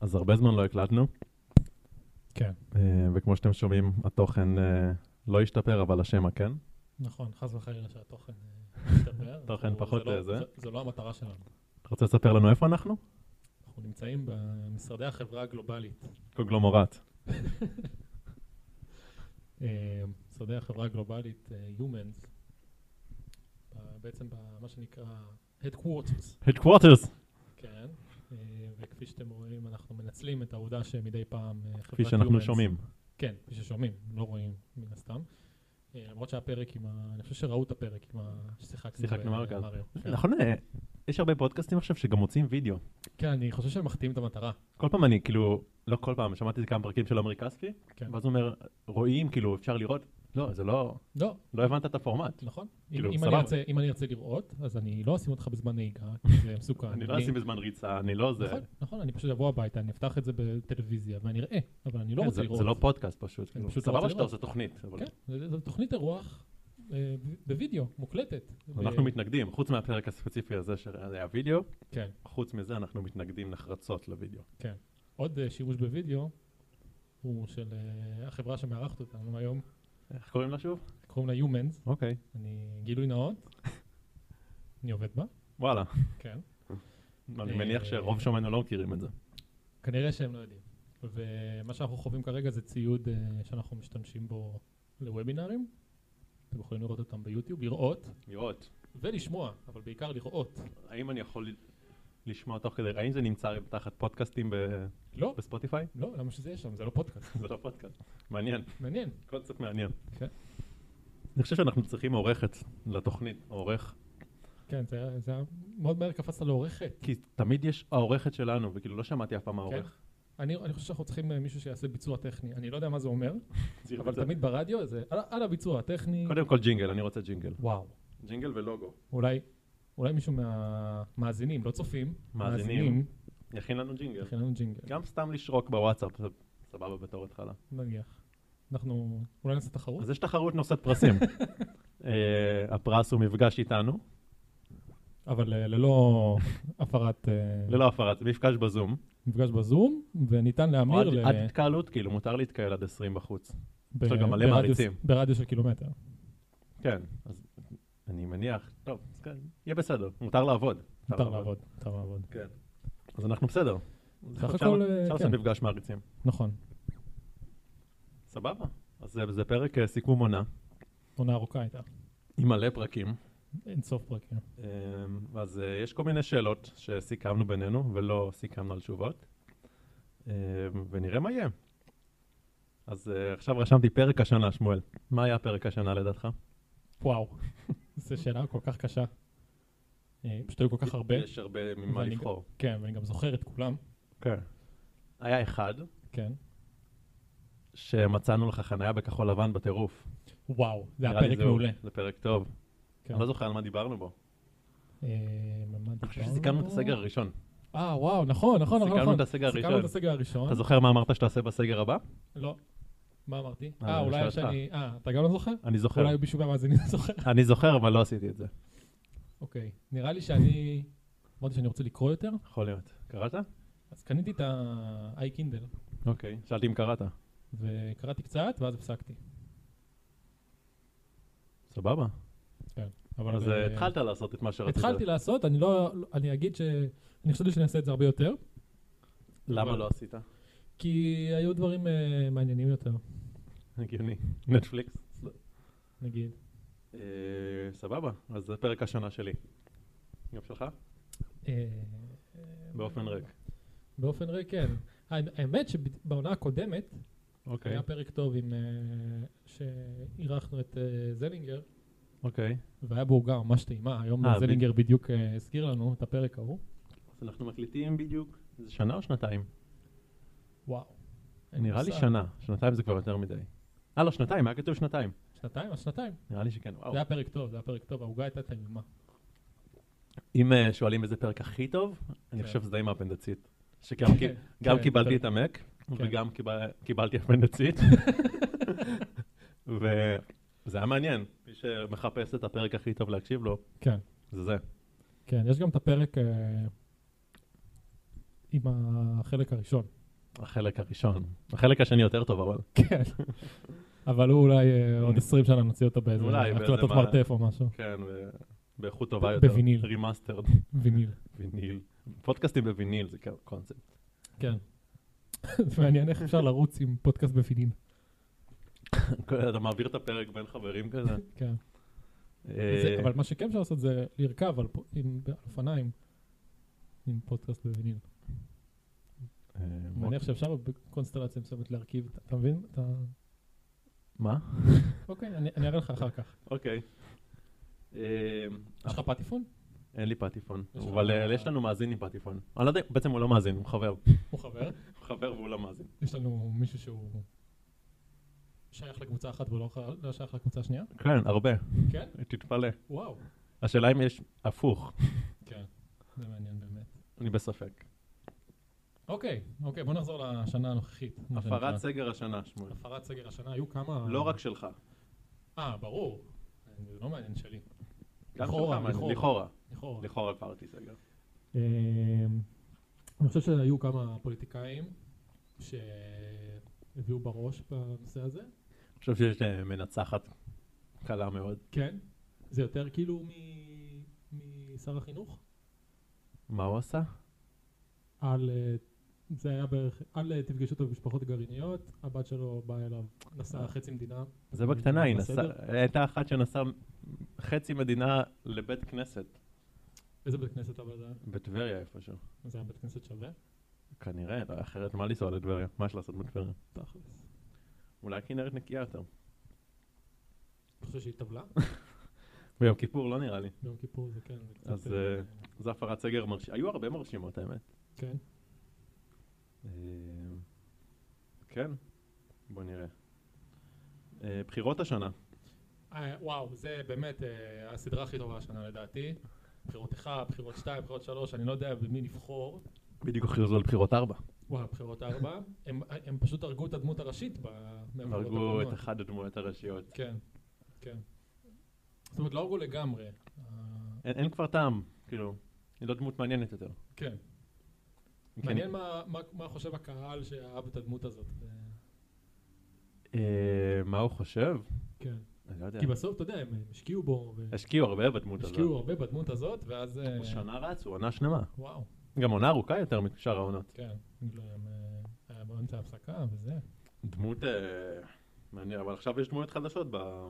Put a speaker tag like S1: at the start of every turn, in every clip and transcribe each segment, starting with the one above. S1: אז הרבה זמן לא הקלטנו,
S2: כן,
S1: אה, וכמו שאתם שומעים, התוכן אה, לא השתפר, אבל השמע כן.
S2: נכון, חס וחלילה שהתוכן אה, ישתפר.
S1: תוכן
S2: אנחנו-
S1: פחות,
S2: זה לא-
S1: אה, זה?
S2: זה- זה לא המטרה שלנו.
S1: אתה רוצה לספר לנו איפה אנחנו?
S2: אנחנו נמצאים במשרדי החברה הגלובלית.
S1: קוגלומורט.
S2: אה, משרדי החברה הגלובלית, אה, Humans, ב- בעצם במה שנקרא Headquarters,
S1: Headquarters,
S2: כן. אה, וכפי שאתם רואים, אנחנו מנצלים את העובדה שמדי פעם אה, חברת
S1: כפי שאנחנו
S2: Humans-
S1: שומעים.
S2: כן, כפי ששומעים, לא רואים מן הסתם. אה, למרות שהפרק עם ה... אני חושב שראו את הפרק עם ה... ששיחקנו
S1: שיחקנו
S2: במריו.
S1: מריו.
S2: כן.
S1: נכון, אה, יש הרבה פודקאסטים עכשיו שגם מוצאים וידאו.
S2: כן, אני חושב שהם מחטיאים את המטרה.
S1: כל פעם אני, כאילו, לא כל פעם, שמעתי כמה פרקים של עמרי כספי,
S2: כן.
S1: ואז הוא אומר, רואים, כאילו, אפשר לראות. לא, זה לא,
S2: לא,
S1: לא הבנת את הפורמט.
S2: נכון.
S1: כאילו,
S2: אם- אם
S1: סבבה.
S2: אני ארצה- אם אני ארצה לראות, אז אני לא אשים אותך בזמן נהיגה, כי זה מסוכן.
S1: אני לא אשים בזמן ריצה, אני לא זה.
S2: נכון, נכון, אני פשוט אבוא הביתה, אני אפתח את זה בטלוויזיה ואני אראה, אבל אני לא
S1: כן,
S2: רוצה
S1: זה-
S2: לראות.
S1: זה לא פודקאסט פשוט.
S2: אני פשוט לא
S1: סבבה
S2: רוצה
S1: שאתה
S2: לראות.
S1: עושה תוכנית, אבל
S2: כן, זה- זה תוכנית אירוח אה, ב- בווידאו, מוקלטת.
S1: אנחנו
S2: ב-
S1: מתנגדים, חוץ מהפרק הספציפי הזה שהיה וידאו,
S2: כן,
S1: חוץ מזה אנחנו מתנגדים נחרצות לוידאו.
S2: עוד אה, שימוש בווידאו הוא של אה, החברה שמארחת אותנו היום,
S1: איך קוראים לה שוב?
S2: קוראים לה Humans,
S1: אוקיי.
S2: אני גילוי נאות, אני עובד בה,
S1: וואלה.
S2: כן.
S1: אני
S2: אה,
S1: מניח שרוב שומענו לא מכירים את זה.
S2: כנראה שהם לא יודעים. ומה שאנחנו חווים כרגע זה ציוד אה, שאנחנו משתמשים בו לוובינרים. אתם יכולים לראות אותם ביוטיוב, לראות
S1: לראות,
S2: ולשמוע, אבל בעיקר לראות.
S1: האם אני יכול לשמוע תוך כדי, האם זה נמצא תחת פודקאסטים ב-
S2: לא,
S1: בספוטיפיי?
S2: לא, למה שזה יהיה שם? זה לא פודקאסט.
S1: זה לא פודקאסט. מעניין,
S2: מעניין.
S1: קונספט מעניין.
S2: כן.
S1: אני חושב שאנחנו צריכים עורכת לתוכנית, עורך,
S2: כן, זה היה- זה היה מאוד מהר קפצת לעורכת.
S1: כי תמיד יש העורכת שלנו, וכאילו לא שמעתי אף פעם העורך.
S2: כן? אני אני חושב שאנחנו צריכים אה, מישהו שיעשה ביצוע טכני. אני לא יודע מה זה אומר,
S1: צריך
S2: אבל
S1: למצוא-
S2: תמיד ברדיו זה על- על הביצוע הטכני.
S1: לא קודם כל ג'ינגל, אני רוצה ג'ינגל.
S2: וואו.
S1: ג'ינגל ולוגו.
S2: אולי אולי מישהו מהמאזינים, לא צופים.
S1: מאזינים. כן. יכין לנו ג'ינגל.
S2: יכין לנו ג'ינגל.
S1: גם סתם לשרוק בוואטסאפ, זה סבבה בתור התחלה.
S2: נניח. אנחנו אולי נעשה תחרות?
S1: אז יש תחרות נושאת פרסים. אה, הפרס הוא מפגש איתנו,
S2: אבל אה, ללא הפרת אה,
S1: ללא הפרת, זה מפגש בזום.
S2: מפגש בזום, וניתן להמיר
S1: עד-
S2: ל-
S1: עד התקהלות, כאילו, מותר להתקהל עד 20 בחוץ.
S2: ב-
S1: אפשר גם מלא
S2: ברדיוס-
S1: מעריצים.
S2: ברדיו של קילומטר.
S1: כן, אז אני מניח, טוב, אז כן, יהיה בסדר, מותר לעבוד.
S2: מותר לעבוד, מותר לעבוד.
S1: כן. אז אנחנו בסדר.
S2: סך
S1: אפשר-
S2: הכל, אה,
S1: אפשר לעשות
S2: כן.
S1: מפגש מעריצים.
S2: נכון,
S1: סבבה. אז זה- זה פרק אה, סיכום עונה,
S2: עונה ארוכה הייתה,
S1: עם מלא פרקים.
S2: אין סוף פרקים.
S1: אמ, אז אה, יש כל מיני שאלות שסיכמנו בינינו ולא סיכמנו על תשובות, אמ, ונראה מה יהיה. אז אה, עכשיו רשמתי פרק השנה, שמואל. מה היה פרק השנה לדעתך?
S2: וואו, זו שאלה כל כך קשה. אה, פשוט היו כל כך הרבה,
S1: יש הרבה ממה
S2: ואני-
S1: לבחור.
S2: כן, ואני גם זוכר את כולם,
S1: כן. היה אחד
S2: כן.
S1: שמצאנו לך חניה בכחול לבן בטירוף.
S2: וואו, זה היה
S1: נראה לי
S2: פרק
S1: זהו,
S2: מעולה.
S1: זה פרק טוב.
S2: כן.
S1: אני לא זוכר על מה דיברנו בו.
S2: אה, מה
S1: אני חושב
S2: דיברנו?
S1: שסיכמנו את הסגר הראשון.
S2: אה, וואו, נכון, נכון, נכון.
S1: סיכמנו את
S2: נכון.
S1: הסגר
S2: סיכמנו את
S1: הראשון.
S2: הסגר הראשון.
S1: אתה זוכר מה אמרת שתעשה בסגר הבא?
S2: לא. מה אמרתי?
S1: אה, כן.
S2: אה,
S1: אני
S2: אולי
S1: שואל
S2: שאני... אה, אתה גם לא זוכר?
S1: אני זוכר.
S2: אולי מישהו מהמאזינים זוכר.
S1: אני זוכר, אבל לא עשיתי את זה.
S2: אוקיי, נראה לי שאני... אמרתי שאני רוצה לקרוא יותר,
S1: יכול להיות. קראת?
S2: אז קניתי את ה-i קינדל,
S1: אוקיי. שאלתי אם קראת.
S2: וקראתי קצת, ואז הפסקתי.
S1: סבבה.
S2: אבל
S1: אז
S2: אה,
S1: אה, התחלת לעשות את מה שרצית.
S2: התחלתי לעשות, אני לא... אני אגיד ש... אני חשבתי שאני אעשה את זה הרבה יותר,
S1: למה
S2: אבל-
S1: לא עשית?
S2: כי היו דברים אה, מעניינים יותר,
S1: הגיוני. נטפליקס.
S2: נגיד.
S1: אה, סבבה. אז זה פרק השנה שלי. גם שלך?
S2: אה,
S1: באופן ריק.
S2: באופן ריק, כן. האמ- האמת שבעונה הקודמת,
S1: אוקיי.
S2: היה פרק טוב עם... אה, שאירחנו את אה, זלינגר,
S1: אוקיי.
S2: והיה בעוגה ממש טעימה, היום
S1: אה,
S2: זלינגר בדיוק אה, הזכיר לנו את הפרק ההוא.
S1: אז אנחנו מקליטים בדיוק. זה שנה או שנתיים?
S2: וואו. אין
S1: נראה לי
S2: מושג.
S1: שנה. שנתיים זה כבר יותר מדי. אה, לא, שנתיים. היה כתוב שנתיים.
S2: שנתיים? אז שנתיים.
S1: נראה לי שכן. וואו.
S2: זה היה פרק טוב, זה היה פרק טוב, העוגה הייתה תמימה.
S1: אם אה, שואלים איזה פרק הכי טוב, אני
S2: כן.
S1: חושב שזה עם האפנדצית. שגם כי- גם
S2: כן,
S1: קיבלתי
S2: כן.
S1: את המק, וגם קיבל- קיבלתי אפנדצית. וזה היה מעניין. מי שמחפש את הפרק הכי טוב להקשיב לו,
S2: כן,
S1: זה זה.
S2: כן, יש גם את הפרק אה, עם החלק הראשון.
S1: החלק הראשון. החלק השני יותר טוב, אבל...
S2: כן. אבל הוא אולי אה, עוד 20 שנה נוציא אותו באיזה
S1: אוקיי. אולי, באיזה
S2: הקלטות
S1: מה-
S2: מרתף או משהו.
S1: כן, ו- באיכות טובה
S2: ב-
S1: יותר.
S2: בוויניל.
S1: רימאסטרד.
S2: ויניל.
S1: ויניל. פודקאסטים בוויניל זה כ- קונספט.
S2: כן. זה מעניין איך אפשר לרוץ עם פודקאסט בפינים.
S1: אתה מעביר את הפרק בין חברים כזה.
S2: כן.
S1: אה,
S2: זה- אבל מה שכן אפשר לעשות זה לרכב על פו- עם- על אופניים עם פודקאסט בוויניל.
S1: אה,
S2: אני מניח שאפשר בקונסטלציה מסוימת להרכיב, אתה- אתה מבין? אתה-
S1: מה?
S2: אוקיי, אני אני אראה לך אחר כך.
S1: אוקיי. אה,
S2: יש לך פטיפון?
S1: אין לי פטיפון,
S2: יש לך-
S1: אבל אה, יש לנו מאזין עם פטיפון. אני לא יודע, בעצם הוא לא מאזין, הוא חבר.
S2: הוא חבר.
S1: הוא חבר והוא לא מאזין.
S2: יש לנו מישהו שהוא שייך לקבוצה אחת והוא לא ח- לא שייך לקבוצה השנייה?
S1: כן, הרבה.
S2: כן?
S1: תתפלא.
S2: וואו.
S1: השאלה אם יש הפוך,
S2: כן. זה מעניין באמת.
S1: אני בספק.
S2: אוקיי, אוקיי, בוא נחזור לשנה הנוכחית. מה שנקרא.
S1: הפרת סגר השנה, שמואל.
S2: הפרת סגר השנה, היו כמה...
S1: לא רק שלך,
S2: אה, ברור. זה לא מעניין שלי.
S1: גם שלך,
S2: לכאורה,
S1: מעניין.
S2: לכאורה.
S1: לכאורה.
S2: לכאורה.
S1: לכאורה הפרתי סגר.
S2: אמ, אני חושב שהיו כמה פוליטיקאים שהביאו בראש בנושא הזה.
S1: אני חושב שיש אה, מנצחת קלה מאוד.
S2: כן. זה יותר כאילו מ... משר החינוך?
S1: מה הוא עשה?
S2: על... אה, זה היה בערך... על אה, תפגשו אותו במשפחות גרעיניות, הבת שלו באה אליו, נסעה חצי מדינה.
S1: זה בקטנה, היא נסעה,
S2: אה, בסדר.
S1: הייתה אחת שנסעה חצי מדינה לבית כנסת,
S2: איזה בית כנסת אבל זה היה?
S1: בטבריה איפשהו.
S2: זה היה בית כנסת שווה?
S1: כנראה, לא, אחרת מה לנסוע לטבריה? מה יש לעשות בטבריה?
S2: תכלס.
S1: אולי כנרת נקייה יותר.
S2: אני חושב שהיא טבלה?
S1: ביום כיפור לא נראה לי.
S2: ביום כיפור זה כן. זה קצת,
S1: אז,
S2: אה,
S1: זה הפרת סגר מרשימה. היו הרבה מרשימות האמת.
S2: כן.
S1: אה, כן, בוא נראה. אה, בחירות השנה.
S2: אה, וואו, זה באמת אה, הסדרה הכי טובה השנה לדעתי. בחירות 1, בחירות 2, בחירות 3, אני לא יודע במי לבחור.
S1: בדיוק הכריזו על בחירות ארבע.
S2: וואו, בחירות 4. הם, הם פשוט הרגו את הדמות הראשית ב- מהבחירות
S1: הרגו את
S2: הקודמות.
S1: אחת הדמויות הראשיות.
S2: כן, כן. זאת אומרת, לא הרגו לגמרי. אה,
S1: אין, אין כבר טעם, כאילו, היא לא דמות מעניינת יותר.
S2: כן.
S1: היא
S2: מעניין
S1: כן-
S2: מה, מה, מה חושב הקהל שאהב את הדמות הזאת. אה,
S1: אה, מה הוא חושב?
S2: כן.
S1: אני לא יודע.
S2: כי בסוף, אתה יודע, הם הם השקיעו בו,
S1: השקיעו הרבה בדמות הזאת.
S2: והשקיעו הרבה בדמות הזאת, ואז... אה,
S1: שנה רצו, עונה שלמה.
S2: וואו,
S1: גם עונה ארוכה יותר משאר העונות.
S2: כן. כאילו, הם, אה, היה באמצע ההפסקה וזה.
S1: דמות אה, מעניין, אבל עכשיו יש דמויות חדשות ב-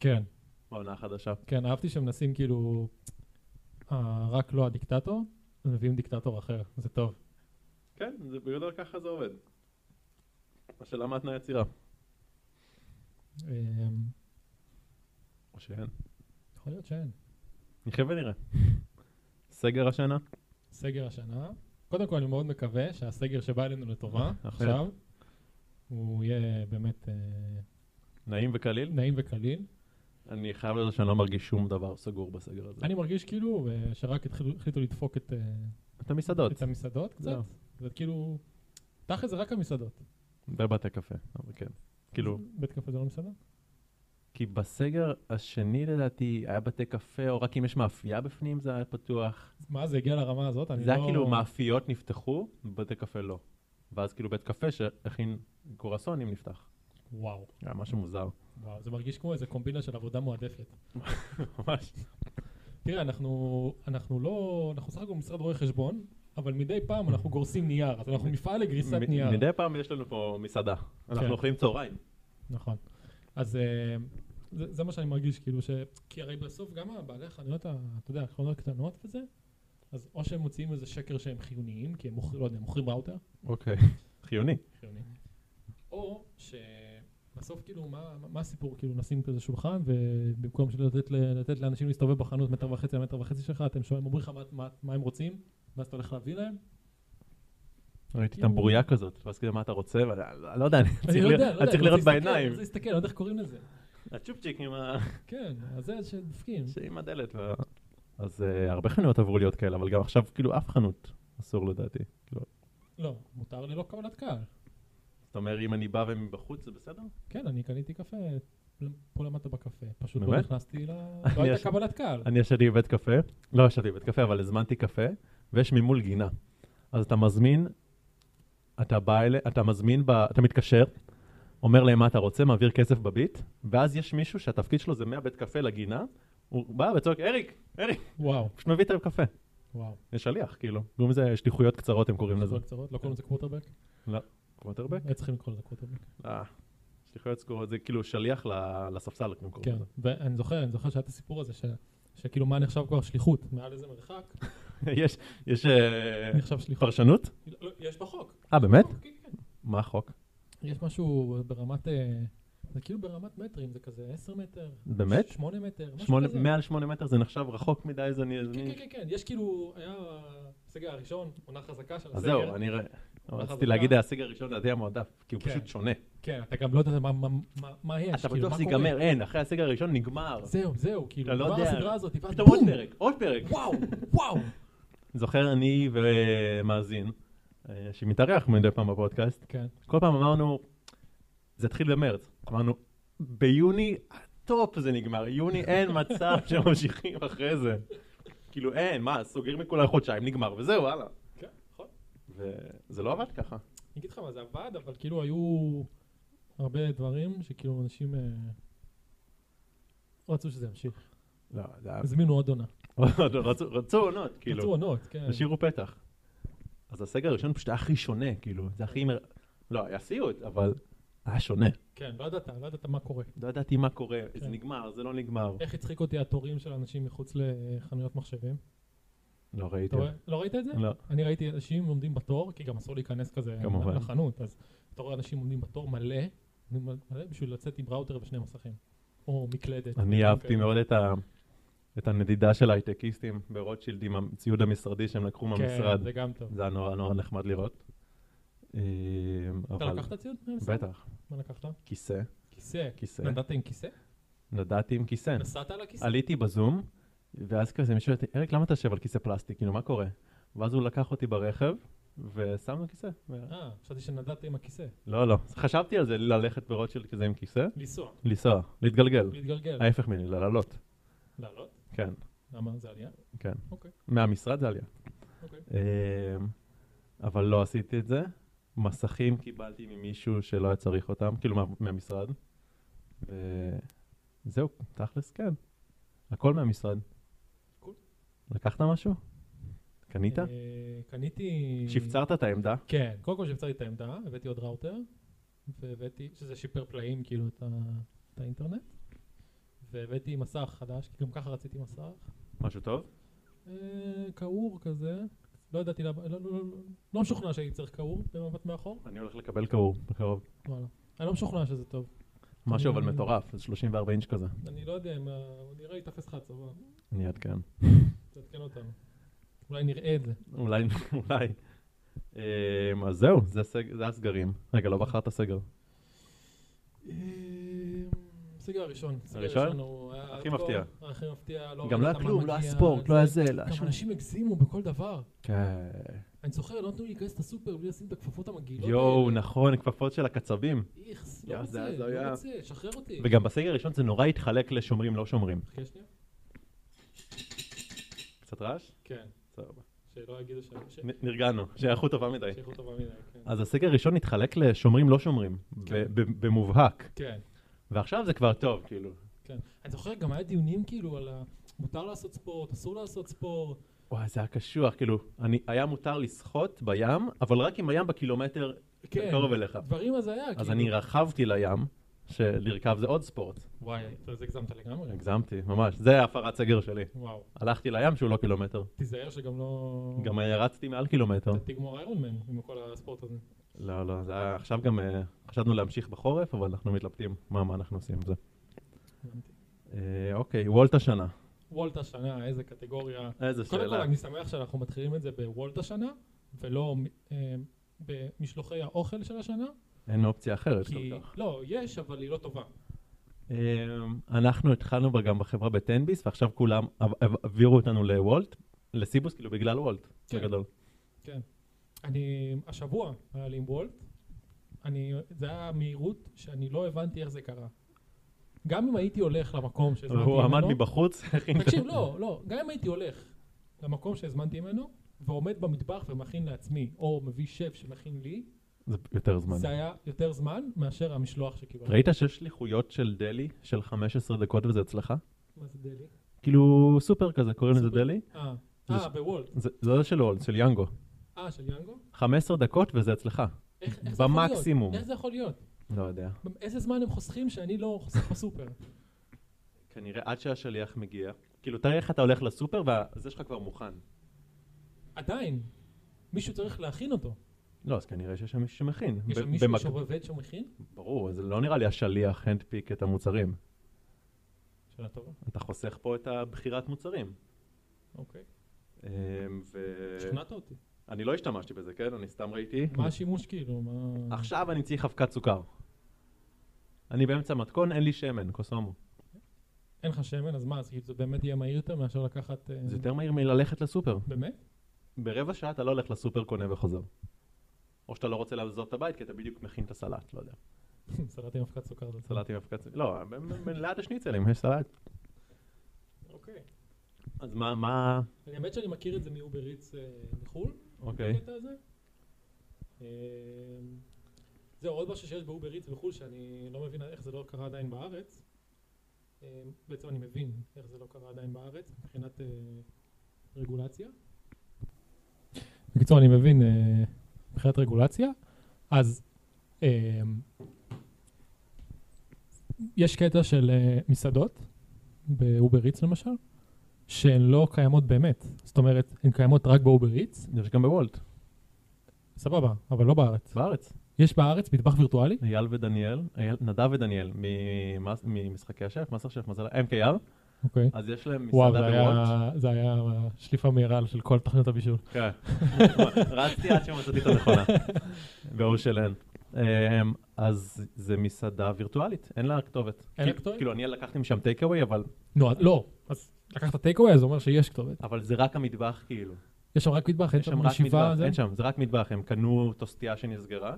S2: כן.
S1: בעונה החדשה.
S2: כן, אהבתי שמנסים כאילו, אה, רק לא הדיקטטור, אז מביאים דיקטטור אחר, זה טוב.
S1: כן, זה בגדול ככה זה עובד. השאלה מה תנאי היצירה.
S2: אה,
S1: או שאין.
S2: יכול להיות שאין.
S1: נחיה ונראה. סגר השנה?
S2: סגר השנה, קודם כל אני מאוד מקווה שהסגר שבא אלינו לטובה,
S1: אכן.
S2: עכשיו, הוא יהיה באמת אה,
S1: נעים וקליל?
S2: נעים וקליל.
S1: אני חייב לזה שאני לא מרגיש שום דבר סגור בסגר הזה.
S2: אני מרגיש כאילו אה, שרק התחילו- החליטו לדפוק את, אה,
S1: את המסעדות.
S2: את המסעדות קצת,
S1: לא.
S2: זה כאילו, תכל'ס זה רק המסעדות.
S1: בבתי קפה. אבל כן. כאילו,
S2: בית קפה זה לא מסעדה?
S1: כי בסגר השני לדעתי היה בתי קפה, או רק אם יש מאפייה בפנים זה היה פתוח.
S2: מה זה הגיע לרמה הזאת? אני
S1: זה היה
S2: לא-
S1: כאילו מאפיות נפתחו, בתי קפה לא. ואז כאילו בית קפה שהכין קורסונים נפתח.
S2: וואו,
S1: היה משהו מוזר.
S2: וואו, זה מרגיש כמו איזה קומבינה של עבודה מועדפת.
S1: ממש.
S2: תראה, אנחנו, אנחנו לא, אנחנו סך הכל משרד רואי חשבון, אבל מדי פעם אנחנו גורסים נייר, אז אנחנו מפעל לגריסת
S1: מ-
S2: נייר.
S1: מדי פעם יש לנו פה מסעדה. אנחנו
S2: כן.
S1: אוכלים צהריים.
S2: נכון. אז אה, זה, זה מה שאני מרגיש, כאילו ש... כי הרי בסוף גם הבעלי החנויות, ה- אתה יודע, החנויות הקטנות וזה, אז או שהם מוציאים איזה שקר שהם חיוניים, כי הם מוכרים, לא יודע, הם מוכרים ראוטר,
S1: אוקיי. חיוני.
S2: חיוני, או שבסוף כאילו, מה, מה הסיפור, כאילו נשים כזה שולחן, ובמקום לתת, ל- לתת לאנשים להסתובב בחנות מטר וחצי על מטר וחצי שלך, אתם שואלים, אומרים לך מה, מה, מה הם רוצים, ואז אתה הולך להביא להם.
S1: ראיתי טמבוריה כזאת, ואז כזה מה אתה רוצה, ואני לא יודע, אני
S2: אני
S1: צריך
S2: לא
S1: לראות-
S2: יודע, לא
S1: אני
S2: יודע,
S1: צריך
S2: אני
S1: לראות
S2: רוצה
S1: בעיניים.
S2: להסתכל, אני רוצה להסתכל, אני לא יודע איך קוראים לזה.
S1: הצ'ופצ'יק עם ה...
S2: כן, אז זה שדופקים.
S1: שעם הדלת. וה- אז אה, הרבה חנויות עברו להיות כאלה, אבל גם עכשיו כאילו אף חנות אסור לדעתי.
S2: לא, מותר ללא קבלת קהל.
S1: זאת אומרת, אם אני בא ומבחוץ זה בסדר?
S2: כן, אני קניתי קפה, פה למדת בקפה. פשוט לא
S1: באמת?
S2: נכנסתי ל...
S1: אני
S2: לא הייתה
S1: ישן-
S2: קבלת קהל.
S1: אני ישבתי בבית קפה, לא ישבתי בבית קפה, אבל הזמנתי קפה, ויש ממול גינה. אז אתה מזמין, אתה בא אלה, אתה מזמין, ב, אתה מתקשר, אומר להם מה אתה רוצה, מעביר כסף בביט, ואז יש מישהו שהתפקיד שלו זה מהבית קפה לגינה, הוא בא וצועק, אריק, אריק,
S2: וואו,
S1: פשוט מביא את הקפה.
S2: וואו.
S1: יש שליח, כאילו. קוראים לזה שליחויות קצרות, הם קוראים לזה.
S2: שטויות קצרות, לא קוראים לזה קווטרבק?
S1: קווטרבק?
S2: היו צריכים לקרוא לזה קווטרבק.
S1: אה, שליחויות קצרות, זה כאילו שליח ל- לספסל, הם קוראים
S2: כן,
S1: לזה.
S2: ואני זוכר, אני זוכר שהיה את הסיפור הזה, ש- שכאילו מה נחשב כבר שליחות, מעל איזה מרחק,
S1: כן. יש, יש אה,
S2: נחשב שליחות.
S1: פרשנות?
S2: לא, יש בחוק.
S1: אה, באמת?
S2: בחוק, כן, כן.
S1: מה החוק?
S2: יש משהו ברמת, אה, זה כאילו ברמת מטרים, זה כזה 10 מטר.
S1: באמת?
S2: 8 מטר, משהו
S1: שמונה-
S2: כזה.
S1: מעל שמונה מטר זה נחשב רחוק מדי, זה אני...
S2: כן,
S1: אני-
S2: כן, כן, כן, יש כאילו, היה הסגר הראשון, עונה חזקה של הסגר.
S1: אז זהו, אני ר- רציתי להגיד ההשיג הראשון לדעתי המועדף, כי הוא
S2: נכון, כן.
S1: פשוט שונה.
S2: כן, אתה גם לא יודע מה- מה- מה- מה יש,
S1: אתה
S2: כאילו,
S1: בטוח
S2: מה
S1: שזה
S2: קורה.
S1: ייגמר, אין, אחרי ההשיג הראשון נגמר.
S2: זהו, זהו, כאילו,
S1: אתה לא
S2: כבר
S1: יודע.
S2: הסדרה הזאת, ואז
S1: פתאום עוד
S2: בום!
S1: פרק, עוד פרק.
S2: וואו, וואו.
S1: זוכר אני ומאזין, אה, שמתארח מדי פעם בפודקאסט,
S2: כן,
S1: כל פעם אמרנו, זה התחיל במרץ, אמרנו, ביוני הטופ זה נגמר, יוני אין מצב שממשיכים אחרי זה. כאילו אין, מה, סוגרים לכולם חודשיים, נגמר, וזהו, הלאה.
S2: כן, נכון.
S1: וזה לא עבד ככה.
S2: אני אגיד לך מה זה עבד, אבל כאילו היו הרבה דברים שכאילו אנשים אה, רצו שזה ימשיך.
S1: לא, זה היה...
S2: הזמינו עוד עונה.
S1: רצו- רצו עונות, כאילו.
S2: רצו עונות, כן.
S1: השאירו פתח. אז הסגר הראשון פשוט היה הכי שונה, כאילו, זה הכי... מר- לא, היה סיוט, אבל היה שונה.
S2: כן, לא ידעת, לא ידעת מה קורה.
S1: לא ידעתי מה קורה, זה
S2: כן.
S1: נגמר, זה לא נגמר.
S2: איך הצחיק אותי התורים של אנשים מחוץ לחנויות מחשבים.
S1: לא ראיתי.
S2: אתה רואה? לא ראית את זה?
S1: לא.
S2: אני ראיתי אנשים עומדים בתור, כי גם אסור להיכנס כזה
S1: כמובן.
S2: לחנות, אז אתה רואה אנשים עומדים בתור מלא, מלא בשביל לצאת עם ראוטר ושני מסכים. או מקלדת.
S1: אני אהבתי
S2: כן.
S1: מאוד את ה... את הנדידה של הייטקיסטים ברוטשילד עם הציוד המשרדי שהם לקחו מהמשרד.
S2: כן, זה גם טוב.
S1: זה היה נורא נורא נחמד לראות. אה,
S2: אתה
S1: אבל...
S2: לקחת ציוד? מהמשרד?
S1: בטח.
S2: מה לקחת?
S1: כיסא,
S2: כיסא.
S1: כיסא. כן.
S2: נדעת עם כיסא?
S1: נדעתי עם כיסא.
S2: נסעת על הכיסא?
S1: עליתי בזום, ואז כזה מישהו אמרתי, אריק, למה אתה יושב על כיסא פלסטיק? כאילו, מה קורה? ואז הוא לקח אותי ברכב, ושמנו כיסא. ו-
S2: אה, חשבתי שנדעת עם הכיסא.
S1: לא, לא. חשבתי על זה, ללכת ברוטשילד כזה עם כיסא,
S2: לנסוע,
S1: לנסוע, להתגלגל.
S2: להתגלגל.
S1: ההפך ממני, לעלות.
S2: לעלות?
S1: כן,
S2: למה? זה עלייה?
S1: כן.
S2: אוקיי.
S1: מהמשרד זה עלייה.
S2: אוקיי.
S1: אמ, אבל לא עשיתי את זה. מסכים קיבלתי ממישהו שלא היה צריך אותם, כאילו מה- מהמשרד. וזהו, תכלס כן. הכל מהמשרד.
S2: קול.
S1: לקחת משהו? קנית?
S2: אה, קניתי...
S1: שפצרת את העמדה?
S2: כן, קודם כל שפצרתי את העמדה, הבאתי עוד ראוטר, והבאתי, שזה שיפר פלאים כאילו את, ה, את האינטרנט, והבאתי מסך חדש, כי גם ככה רציתי מסך,
S1: משהו טוב?
S2: אה, כעור כזה, לא ידעתי למה, לא, לא, לא, לא, לא משוכנע שהייתי צריך כעור במבט מאחור,
S1: אני הולך לקבל קרוב, בקרוב.
S2: וואלה, אני לא משוכנע שזה טוב,
S1: משהו
S2: אני-
S1: אבל מטורף, זה 34 אינץ' כזה.
S2: אני לא יודע אם, ה- נראה יתפס לך הצבא,
S1: אני אעדכן.
S2: תעדכן אותנו, אולי נראה את זה,
S1: אולי, אולי. אמ, אז זהו, זה הסג- זה הסגרים. רגע, לא בחרת סגר.
S2: הסגר אמ, הראשון, הסגר
S1: הראשון?
S2: הראשון הוא היה
S1: הכי
S2: הכל,
S1: מפתיע.
S2: הכי מפתיע,
S1: גם לא
S2: ראית
S1: היה
S2: מה
S1: כלום, לא היה
S2: מגיע,
S1: ספורט, לא היה זה, לא היה
S2: גם
S1: שום...
S2: אנשים הגזימו בכל דבר.
S1: כן.
S2: אני זוכר, לא נתנו לי להיכנס לסופר בלי לשים את הכפפות המגעילות
S1: יואו, נכון, כפפות של הקצבים.
S2: איכס,
S1: יא,
S2: לא
S1: זה
S2: רוצה,
S1: הזיה.
S2: לא רוצה, שחרר אותי.
S1: וגם בסגר הראשון זה נורא התחלק לשומרים לא שומרים.
S2: חכה שנייה.
S1: קצת רעש?
S2: כן,
S1: סבבה.
S2: שלא יגידו ש... ש-
S1: נ- נרגענו, שייכות טובה מדי.
S2: שיכול טובה מדי, כן.
S1: אז הסגר הראשון התחלק לשומרים לא שומרים,
S2: כן.
S1: ב- ב- במובהק.
S2: כן,
S1: ועכשיו זה כבר טוב, כאילו.
S2: כן. אני זוכר, גם היה דיונים כאילו על ה... מותר לעשות ספורט, אסור לעשות ספורט.
S1: וואי, זה היה קשוח, כאילו, אני, היה מותר לשחות בים, אבל רק אם הים בקילומטר
S2: כן.
S1: קרוב אליך.
S2: דברים אז היה, כאילו.
S1: אז אני רכבתי לים, שלרכב זה עוד ספורט.
S2: וואי, אתה- זה הגזמת לגמרי.
S1: הגזמתי, ממש. זה הפרת סגר שלי.
S2: וואו.
S1: הלכתי לים שהוא לא קילומטר.
S2: תיזהר שגם לא...
S1: גם לא. רצתי מעל קילומטר.
S2: אתה תגמור איירון מן עם כל הספורט הזה.
S1: לא, לא, זה היה עכשיו גם אה, חשבנו להמשיך בחורף, אבל אנחנו מתלבטים מה, מה אנחנו עושים עם זה.
S2: הבנתי.
S1: אה, אוקיי, וולט השנה.
S2: וולט השנה, איזה קטגוריה.
S1: איזה
S2: קודם כל
S1: שאלה.
S2: אני שמח שאנחנו מתחילים את זה בוולט השנה, ולא אה, במשלוחי האוכל של השנה,
S1: אין אופציה אחרת
S2: כי
S1: כל כך.
S2: לא, יש, אבל היא לא טובה.
S1: אה, אנחנו התחלנו בה גם בחברה בטנביס, ועכשיו כולם עב- עב- העבירו אותנו לוולט, לסיבוס, כאילו בגלל וולט,
S2: כן.
S1: בגדול.
S2: אני, השבוע היה לי עם וולט, אני, זה היה מהירות שאני לא הבנתי איך זה קרה. גם אם הייתי הולך למקום שהזמנתי
S1: הוא עמד
S2: ממנו, לא,
S1: מבחוץ, הכין את
S2: תקשיב, לא, לא, גם אם הייתי הולך למקום שהזמנתי ממנו, ועומד במטבח ומכין לעצמי, או מביא שף שמכין לי,
S1: זה יותר זמן.
S2: זה היה יותר זמן מאשר המשלוח שקיבלתי.
S1: ראית שיש שליחויות של דלי של 15 דקות וזה אצלך?
S2: מה זה דלי?
S1: כאילו סופר כזה, קוראים לזה
S2: סופר.
S1: דלי?
S2: אה,
S1: זה
S2: אה,
S1: ש-
S2: בוולט.
S1: זה זה לא של אולד, של יאנגו.
S2: אה, של יאנגו?
S1: 15 דקות וזה אצלך.
S2: איך איך זה יכול להיות?
S1: במקסימום.
S2: איך זה יכול להיות?
S1: לא יודע.
S2: איזה זמן הם חוסכים שאני לא חוסך בסופר?
S1: כנראה עד שהשליח מגיע. כאילו, תאר איך אתה הולך לסופר והזה שלך כבר מוכן.
S2: עדיין, מישהו צריך להכין אותו.
S1: לא, אז כנראה שיש שם מישהו שמכין.
S2: יש
S1: ב-
S2: שם מישהו
S1: במק-
S2: שעובד שמכין?
S1: ברור, זה לא נראה לי השליח הנדפיק את המוצרים.
S2: שאלה טובה.
S1: אתה חוסך פה את הבחירת מוצרים.
S2: אוקיי.
S1: אמ, ו-
S2: שכנעת אותי.
S1: אני לא השתמשתי בזה, כן? אני סתם ראיתי.
S2: מה השימוש כאילו? מה...
S1: עכשיו אני צריך אבקת סוכר. אני באמצע מתכון, אין לי שמן, קוסומו.
S2: אין לך שמן, אז מה? אז כאילו זה באמת יהיה מהיר יותר מאשר לקחת... אה,
S1: זה יותר מהיר מללכת לסופר.
S2: באמת?
S1: ברבע שעה אתה לא הולך לסופר, קונה וחוזר. או שאתה לא רוצה לעזוב את הבית, כי אתה בדיוק מכין את הסלט, לא יודע.
S2: סלט עם אבקת סוכר זה
S1: סלט עם אבקת סוכר. לא, ב- ב- ב- ליד השניצלים יש סלט.
S2: אוקיי.
S1: אז מה, מה...
S2: אני האמת שאני מכיר את זה מאובר איץ אה, מחו"ל,
S1: אוקיי.
S2: הקטע הזה. אה, זהו, עוד משהו שיש באובר איץ בחו"ל שאני לא מבין איך זה לא קרה עדיין בארץ. אה, בעצם אני מבין איך זה לא קרה עדיין בארץ מבחינת אה, רגולציה. בקיצור, אני מבין אה, מבחינת רגולציה. אז אה, יש קטע של אה, מסעדות באובר איץ למשל, שהן לא קיימות באמת. זאת אומרת, הן קיימות רק באובר איץ,
S1: יש גם בוולט,
S2: סבבה, אבל לא בארץ.
S1: בארץ.
S2: יש בארץ מטבח וירטואלי?
S1: אייל ודניאל, אייל- נדב ודניאל, ממס- ממשחקי השף, מסר שף, מזל, MKR,
S2: אוקיי.
S1: אז יש להם
S2: וואו,
S1: מסעדה
S2: זה היה,
S1: בוולט.
S2: זה היה שליפה מהירה של כל תוכניות הבישול.
S1: כן. רצתי עד שמצאתי את הנכונה. באור שלהן. אמ, אז זה מסעדה וירטואלית, אין לה כתובת.
S2: אין לה
S1: כי-
S2: כתובת?
S1: כאילו, אני לקחתי משם טייקאווי, אבל
S2: לא, אז- לא. אז לקחת טייק אווי, אז זה אומר שיש כתובת.
S1: אבל זה רק המטבח, כאילו.
S2: יש שם רק מטבח, אין
S1: יש שם
S2: שם
S1: רק
S2: ישיבה,
S1: מטבח,
S2: זה-
S1: אין שם, זה רק מטבח, הם קנו טוסטיה שנסגרה,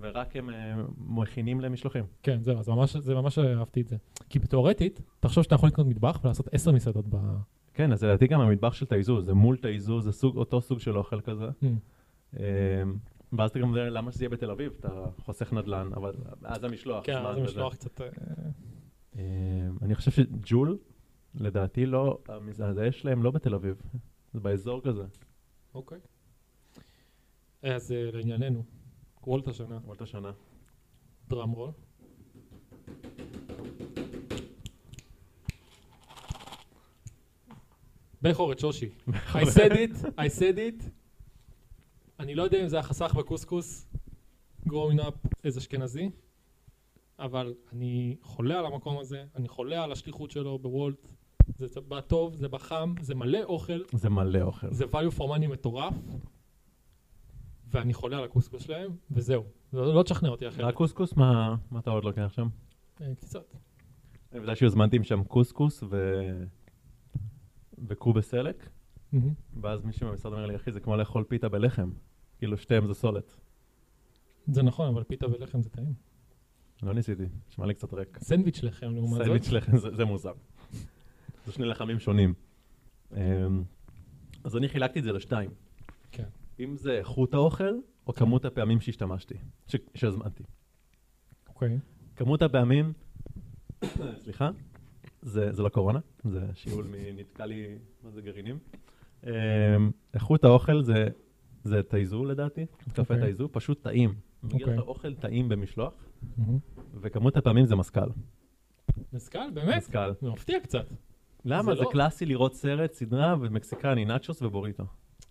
S1: ורק הם אה, מכינים למשלוחים.
S2: כן, זהו, אז ממש- זה ממש אהבתי את זה. כי תאורטית, תחשוב שאתה יכול לקנות מטבח ולעשות עשר מסעדות ב...
S1: כן, אז לדעתי גם המטבח של תאיזו, זה מול תאיזו, זה סוג, אותו סוג של אוכל כזה. אמ, ואז אתה גם יודע למה שזה יהיה בתל אביב, אתה חוסך נדל"ן, אבל אז המשלוח.
S2: כן,
S1: זמן
S2: אז
S1: וזה.
S2: המשלוח קצת... אה,
S1: אמ, אני חושב שג'ול, לדעתי לא, המזעזע שלהם לא בתל אביב, זה באזור כזה.
S2: אוקיי. אה, אז אה, לענייננו, וולט השנה,
S1: עוד השנה.
S2: דראם רול. בכורת, שושי. I said it, I said it. אני לא יודע אם זה החסך בקוסקוס, growing up as אשכנזי, אבל אני חולה על המקום הזה, אני חולה על השליחות שלו בוולט. זה בא טוב, זה בא חם, זה מלא אוכל,
S1: זה מלא אוכל.
S2: זה value for money מטורף, ואני חולה על הקוסקוס שלהם, וזהו. לא לא תשכנע אותי אחרת.
S1: רק קוסקוס, מה מה אתה עוד לוקח שם?
S2: אה, קציצות.
S1: אני יודע שהוזמנתי משם קוסקוס ו... וקובה סלק, ואז מישהו במשרד אומר לי, אחי, זה כמו לאכול פיתה בלחם. כאילו, שתיהם זה סולת.
S2: זה נכון, אבל פיתה ולחם זה טעים.
S1: לא ניסיתי, נשמע לי קצת ריק.
S2: סנדוויץ' לחם לעומת זאת.
S1: סנדוויץ' לחם, זה זה מוזר. זה שני לחמים שונים. אמ, אז אני חילקתי את זה לשתיים.
S2: כן.
S1: אם זה איכות האוכל, או כמות הפעמים שהשתמשתי, ש- שהזמנתי.
S2: אוקיי.
S1: כמות הפעמים, סליחה, זה, זה לא קורונה, זה שיעול מנתקע לי, מה זה גרעינים. אמ, איכות האוכל זה, זה תאיזו לדעתי, קפה
S2: אוקיי.
S1: תאיזו, פשוט טעים. מגיע
S2: אוקיי.
S1: לך אוכל טעים במשלוח,
S2: מהמם.
S1: וכמות הפעמים זה מזכ"ל.
S2: מזכ"ל, באמת?
S1: מזכ"ל.
S2: זה מפתיע קצת.
S1: למה?
S2: זה
S1: זה
S2: לא-
S1: קלאסי לראות סרט, סדרה, ומקסיקני, נאצ'וס ובוריטו.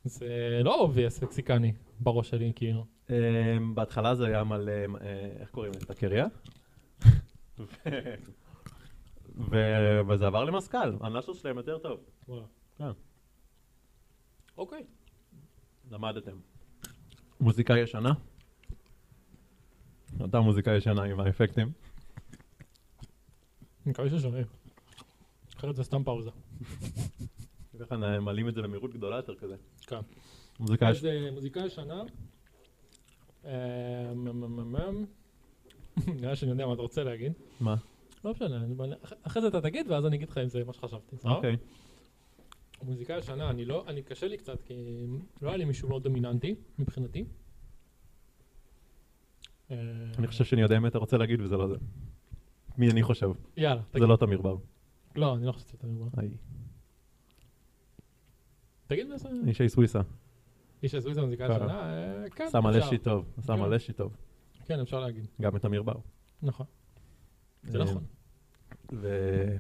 S2: זה לא אובייס מקסיקני בראש שלי, כאילו.
S1: אמ, בהתחלה זה היה מלא, אה, איך קוראים לזה? טקריה? ו- ו- וזה עבר למזכ"ל, הנאצ'וס שלהם יותר טוב. כן.
S2: אוקיי.
S1: למדתם. מוזיקה ישנה? אותה מוזיקה ישנה עם האפקטים.
S2: אני מקווה ששומעים. אחרת זה סתם פאוזה.
S1: כן. ככה נ- מעלים את זה במהירות גדולה יותר כזה.
S2: כן.
S1: מוזיקה יש...
S2: אז אה, מוזיקה ישנה. אה, מ- מ- מ- מ- נראה שאני יודע מה אתה רוצה להגיד.
S1: מה?
S2: לא משנה, אני- אני- אח- אחרי זה אתה תגיד ואז אני אגיד לך אם זה מה שחשבתי. סבבה?
S1: אוקיי.
S2: מוזיקאי השנה, אני לא, אני קשה לי קצת, כי לא היה לי מישהו מאוד דומיננטי מבחינתי. אה,
S1: אני חושב שאני יודע מה אתה רוצה להגיד וזה לא זה. מי אני חושב?
S2: יאללה,
S1: זה
S2: תגיד.
S1: לא תמיר בר.
S2: לא, אני לא חושב שאתה מדבר.
S1: היי.
S2: תגיד מה זה?
S1: ישי סוויסה.
S2: איש הזוי זה מוזיקאי
S1: ככה.
S2: השנה? אה, כן,
S1: עשה מלא
S2: אפשר.
S1: שיט טוב. עשה
S2: כן.
S1: מלא שיט טוב.
S2: כן, אפשר להגיד.
S1: גם את תמיר בר.
S2: נכון. זה
S1: אה,
S2: נכון.
S1: ו...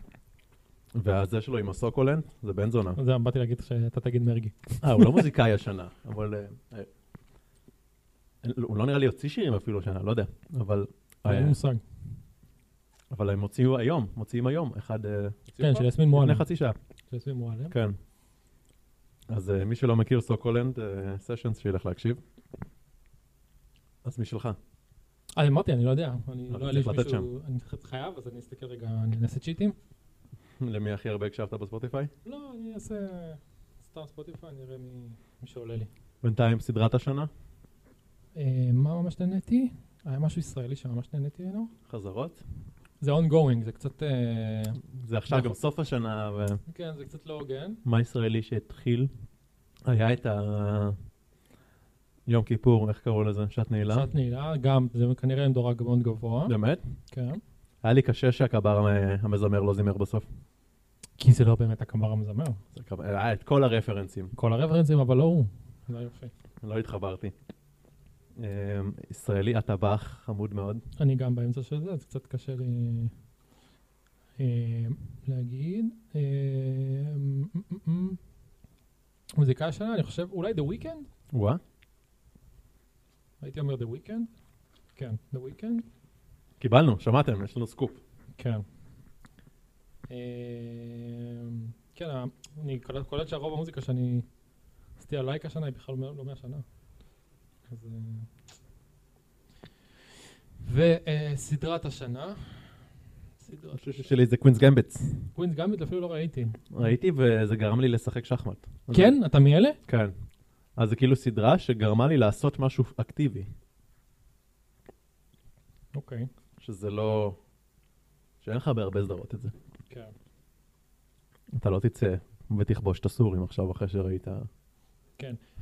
S1: והזה שלו עם הסוקולנט, זה בן זונה.
S2: זה באתי להגיד שאתה תגיד מרגי.
S1: אה, הוא לא מוזיקאי השנה, אבל... אה, אה, הוא לא נראה לי הוציא שירים אפילו השנה, לא יודע. אבל...
S2: אין לי
S1: אה,
S2: מושג. כן,
S1: אבל הם הוציאו היום, מוציאים היום, אחד... אה, הוציאו
S2: כן,
S1: כבר?
S2: של יסמין
S1: לפני
S2: מועלם.
S1: חצי שעה.
S2: של יסמין מועלם.
S1: כן. אז אה, מי שלא מכיר סוקולנד, סשנס שילך להקשיב. אז משלך.
S2: אה, אמרתי, אני לא יודע. אני
S1: אבל
S2: לא
S1: צריך
S2: אעליש
S1: לתת
S2: מישהו. אני חייב, אז אני אסתכל רגע, אני אעשה צ'יטים.
S1: למי הכי הרבה הקשבת בספוטיפיי?
S2: לא, אני אעשה סתם ספוטיפיי, אני אראה מי מי שעולה לי.
S1: בינתיים סדרת השנה,
S2: אה, מה ממש נהניתי? היה משהו ישראלי שממש נהניתי ממנו?
S1: חזרות.
S2: זה ongoing, זה קצת... אה,
S1: זה עכשיו
S2: נכון.
S1: גם סוף השנה, ומה
S2: כן, זה קצת לא הוגן.
S1: ישראלי שהתחיל? היה את ה... יום כיפור, איך קראו לזה? שעת נעילה? לא.
S2: שעת נעילה, גם, זה כנראה עם דורג מאוד גבוה.
S1: באמת?
S2: כן.
S1: היה לי קשה שהקבר המ- המזמר לא זימר בסוף.
S2: כי זה לא באמת הקמר המזמר.
S1: זה כבר- היה את כל הרפרנסים,
S2: כל הרפרנסים, אבל לא הוא. זה יופי.
S1: לא התחברתי. אמ, ישראלי, הטבח חמוד מאוד.
S2: אני גם באמצע של זה, אז קצת קשה לי אה, להגיד. אה, מ- מ- מ- מוזיקה השנה, אני חושב, אולי The Weeknd?
S1: וואה.
S2: הייתי אומר The Weeknd? כן, The Weeknd?
S1: קיבלנו, שמעתם, יש לנו סקופ.
S2: כן. אמ, כן, ה- אני קולט- קולט שהרוב המוזיקה שאני עשיתי על לייק השנה היא בכלל לא מה- לא מהשנה. אז... אה, וסדרת אה, השנה. סדרת
S1: השלישי שלי זה קווינס גמבטס.
S2: קווינס גמביט אפילו לא ראיתי.
S1: ראיתי וזה גרם לי לשחק שחמט. אז-
S2: כן? אתה מאלה?
S1: כן. אז זה כאילו סדרה שגרמה לי לעשות משהו אקטיבי,
S2: אוקיי.
S1: שזה לא... שאין לך בהרבה סדרות את זה.
S2: כן.
S1: אתה לא תצא ותכבוש את הסורים עכשיו אחרי שראית.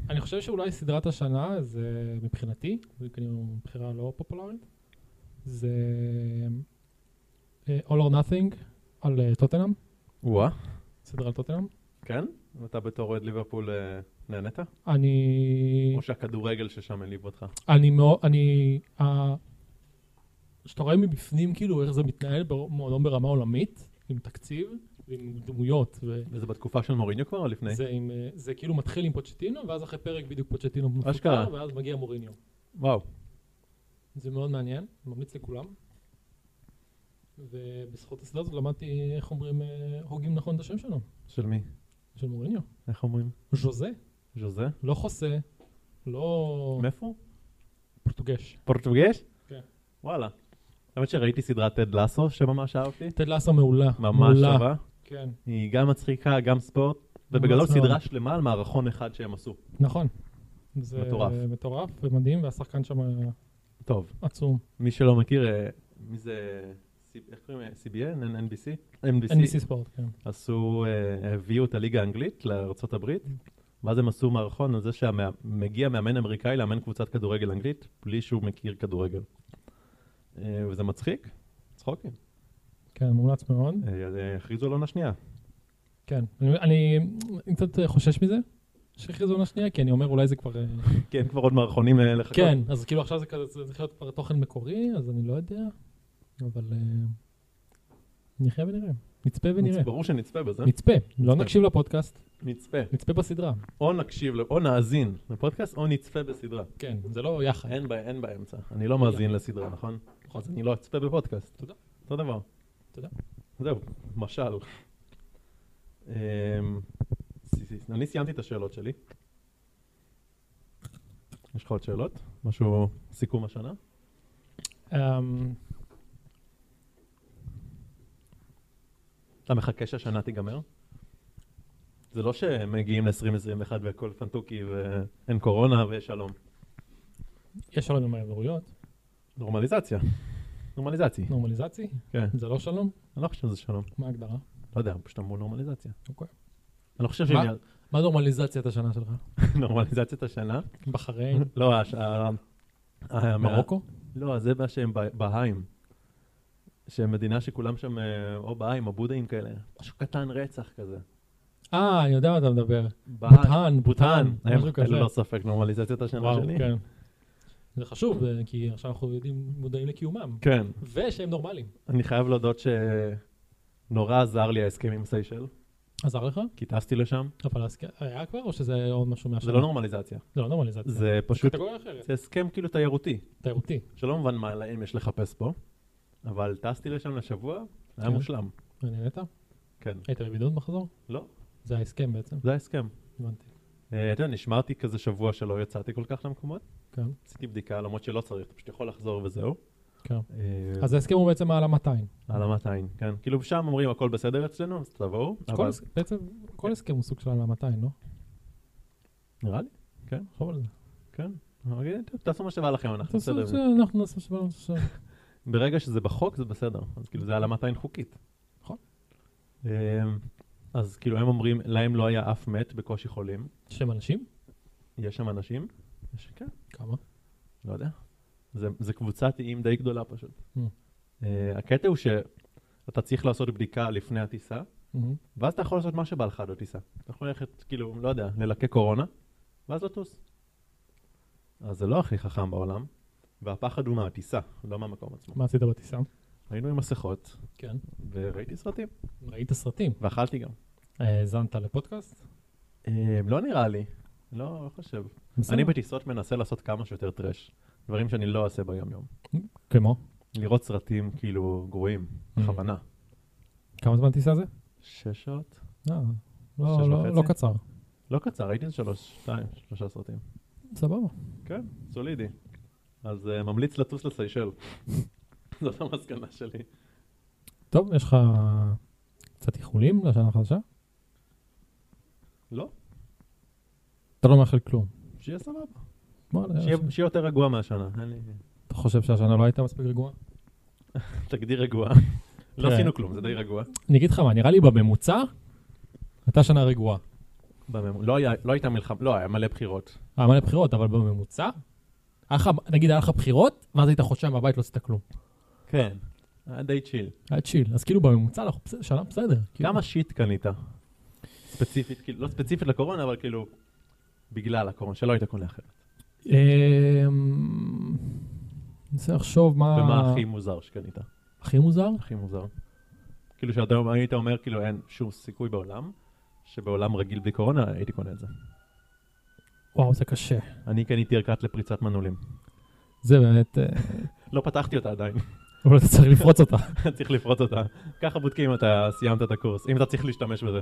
S2: אני חושב שאולי סדרת השנה זה מבחינתי, זה כאילו בחירה לא פופולרית, זה אה, All or Nothing על אה, טוטנאם,
S1: וואה.
S2: סדרה על טוטנאם.
S1: כן? אתה בתור אוהד ליברפול אה, נהנית?
S2: כן. אני,
S1: או שהכדורגל ששם העליב אותך?
S2: אני מאוד, אני, ה- שאתה רואה מבפנים כאילו איך זה מתנהל במועדון ברמה עולמית, עם תקציב ועם דמויות. ו...
S1: וזה בתקופה של מוריניו כבר או לפני?
S2: זה, עם, אה, זה כאילו מתחיל עם פוצ'טינו, ואז אחרי פרק בדיוק פוצ'טינו מפוטר,
S1: אשכרה.
S2: ואז מגיע מוריניו.
S1: וואו.
S2: זה מאוד מעניין, ממליץ לכולם. ובזכות הסדרה הזאת למדתי איך אומרים, אה, הוגים נכון את השם שלו,
S1: של מי?
S2: של מוריניו.
S1: איך אומרים?
S2: ז'וזה,
S1: ז'וזה?
S2: לא חוסה, לא
S1: מאיפה?
S2: פורטוגש.
S1: פורטוגש?
S2: כן.
S1: וואלה. האמת שראיתי סדרת תד לאסו שממש אהבתי.
S2: טד לאסה מעולה.
S1: ממש
S2: מעולה.
S1: שווה.
S2: כן,
S1: היא גם מצחיקה, גם ספורט, ובגדול
S2: ממש מאוד.
S1: סדרה שלמה על מערכון אחד שהם עשו.
S2: נכון. זה
S1: מטורף.
S2: מטורף ומדהים, והשחקן שם
S1: טוב,
S2: עצום.
S1: מי שלא מכיר, אה, מי זה... C- איך קוראים? להם? CBN? NBC? NBC.
S2: NBC ספורט, כן.
S1: עשו, אה, הביאו את הליגה האנגלית לארצות הברית,
S2: Mm-hmm.
S1: ואז הם עשו מערכון על זה שמגיע מאמן אמריקאי לאמן קבוצת כדורגל אנגלית, בלי שהוא מכיר כדורגל. אה, וזה מצחיק, צחוקים.
S2: כן, מומלץ מאוד.
S1: אה, אז, אה, הכריזו על עונה שנייה.
S2: כן, אני- אני אני קצת אה, חושש מזה, שהכריזו עונה שנייה, כי אני אומר אולי זה כבר... אה,
S1: כי אין כבר עוד מערכונים אה, לחכות.
S2: כן, אז כאילו עכשיו זה כזה, זה צריך להיות כבר תוכן מקורי, אז אני לא יודע, אבל אה, נחיה ונראה. נצפה ונראה.
S1: נצפה, ברור שנצפה בזה.
S2: נצפה, לא
S1: נצפה.
S2: נקשיב לפודקאסט,
S1: נצפה.
S2: נצפה בסדרה.
S1: או נקשיב, ל- או נאזין לפודקאסט, או נצפה בסדרה.
S2: כן, זה לא יחד.
S1: אין, בא, אין באמצע. אני לא
S2: כן.
S1: מאזין לסדרה, נכון?
S2: נכון.
S1: אז אני לא אצפה בפודקאסט.
S2: תודה.
S1: אותו דבר.
S2: תודה.
S1: זהו, משל. אמ, ס- ס- אני סיימתי את השאלות שלי. יש לך עוד שאלות? משהו, סיכום השנה?
S2: אמ,
S1: אתה מחכה שהשנה תיגמר? זה לא שמגיעים ל-2021 והכל פנטוקי ואין קורונה ויש שלום.
S2: יש שלום עם האמירויות,
S1: נורמליזציה. נורמליזציה.
S2: נורמליזציה,
S1: כן.
S2: זה לא שלום,
S1: אני לא חושב שזה שלום.
S2: מה ההגדרה?
S1: לא יודע, פשוט אמרו נורמליזציה.
S2: אוקיי.
S3: אני לא חושב
S2: מה?
S3: שהם יעזבו.
S2: מה נורמליזציית השנה שלך?
S1: נורמליזציית השנה.
S2: בחריין?
S1: לא, הש- ה- ה-
S2: מרוקו?
S1: לא, זה מה שהם ב- בהאים. שהם מדינה שכולם שם אה, או בהאים או בודהים כאלה. משהו קטן רצח כזה.
S2: אה, אני יודע מה אתה מדבר.
S1: בהאי.
S2: בוטהן, בוטהן,
S1: אה, הם- לא
S2: משהו כזה.
S1: אין ללא ספק נורמליזציית השנה
S2: וואו,
S1: שלי.
S2: כן. זה חשוב, אה, כי עכשיו אנחנו יודעים, מודעים לקיומם.
S1: כן.
S2: ושהם נורמלים.
S1: אני חייב להודות שנורא עזר לי ההסכם עם סיישל,
S2: עזר לך?
S1: כי טסתי לשם.
S2: אבל אז כן, היה כבר, או שזה עוד משהו מהשנה?
S1: זה לא נורמליזציה,
S2: זה לא נורמליזציה.
S1: זה פשוט,
S2: קטגוריה אחרת.
S1: זה הסכם כאילו תיירותי,
S2: תיירותי.
S1: שלא מובן מה להם יש לחפש פה, אבל טסתי לשם לשבוע, היה
S2: כן.
S1: מושלם.
S2: נהנית?
S1: כן.
S2: היית בבידוד בחזור?
S1: לא,
S2: זה ההסכם בעצם,
S1: זה ההסכם.
S2: הבנתי.
S1: אה, אתה יודע, נשמרתי כזה שבוע שלא יצאתי כל כך למקומות,
S2: כן.
S1: עשיתי בדיקה למרות שלא צריך, אתה פשוט יכול לחזור וזהו.
S2: כן.
S1: אה,
S2: אז ההסכם הוא בעצם מעל ה-200.
S1: העלמת עין, כן. כאילו שם אומרים הכל בסדר אצלנו, אז תבואו. אבל- כן.
S2: בעצם כל הסכם הוא סוג של מעל ה-200, לא?
S1: נראה לי,
S2: חשוב על זה.
S1: כן. אבל, אה, טוב, תעשו מה שבא לכם, אנחנו
S2: תעשו
S1: בסדר.
S2: את
S1: עם
S2: זה,
S1: זה.
S2: אנחנו נעשה שבאנו עכשיו.
S1: ברגע שזה בחוק זה בסדר, אז כאילו זה העלמת עין חוקית.
S2: נכון.
S1: אמ, אז כאילו הם אומרים, להם לא היה אף מת, בקושי חולים.
S2: שם אנשים?
S1: יש שם אנשים? יש, כן,
S2: כמה?
S1: לא יודע. זה, זה קבוצת איים די גדולה פשוט.
S2: Mm.
S1: אה, הקטע הוא שאתה צריך לעשות בדיקה לפני הטיסה, ואז אתה יכול לעשות מה שבא לך עד הטיסה. אתה יכול ללכת, כאילו, לא יודע, ללקק קורונה, ואז לטוס. אז זה לא הכי חכם בעולם, והפחד הוא מהטיסה, לא מהמקום עצמו.
S2: מה עשית בטיסה?
S1: היינו עם מסכות,
S2: כן.
S1: וראיתי סרטים,
S2: ראית סרטים?
S1: ואכלתי גם.
S2: האזנת לפודקאסט?
S1: אה, לא נראה לי, לא לא חושב. אני בטיסות מנסה לעשות כמה שיותר טרש, דברים שאני לא אעשה ביום יום.
S2: כמו?
S1: לראות סרטים כאילו גרועים, בכוונה.
S2: כמה זמן טיסה זה?
S1: שש שעות?
S2: אה,
S1: לא- שש לא- וחצי?
S2: לא
S1: לא
S2: קצר.
S1: לא קצר, הייתי שלוש, שתיים, שלושה סרטים.
S2: סבבה.
S1: סולידי. אז אה, ממליץ לטוס לסיישל. זאת המסקנה שלי.
S2: טוב, יש לך קצת איחולים לשנה החדשה?
S1: לא,
S2: אתה לא מאחל כלום.
S1: שיהיה סבבה.
S2: וואלה,
S1: שיהיה
S2: ש-
S1: שיהיה יותר רגוע מהשנה. אין לי-
S2: אתה חושב שהשנה לא הייתה מספיק רגועה?
S1: תגדיר רגוע. לא
S2: כן.
S1: עשינו כלום, זה די רגוע.
S2: אני אגיד לך מה, נראה לי בממוצע, הייתה שנה רגועה.
S1: בממ- לא היה- לא הייתה מלחמה, לא, היה מלא בחירות.
S2: היה מלא בחירות, אבל בממוצע, היה לך- נגיד היה לך בחירות, ואז היית חודשיים בבית לא עשית כלום.
S1: כן. היה די צ'יל.
S2: היה צ'יל. אז כאילו בממוצע אנחנו בסדר, שנה בסדר. כאילו.
S1: כמה שיט קנית? ספציפית, כאילו, לא ספציפית לקורונה, אבל כאילו, בגלל הקורונה, שלא היית קונה אחרת.
S2: אמ, אני מנסה לחשוב מה...
S1: ומה הכי מוזר שקנית?
S2: הכי מוזר?
S1: הכי מוזר. כאילו שאתה היית אומר, כאילו, אין שום סיכוי בעולם, שבעולם רגיל בלי קורונה הייתי קונה את זה.
S2: וואו, זה קשה.
S1: אני קניתי ערכת לפריצת מנעולים.
S2: זה באמת... אה,
S1: לא פתחתי אותה עדיין,
S2: אבל אתה צריך לפרוץ אותה.
S1: צריך לפרוץ אותה. ככה בודקים אם אתה סיימת את הקורס, אם אתה צריך להשתמש בזה.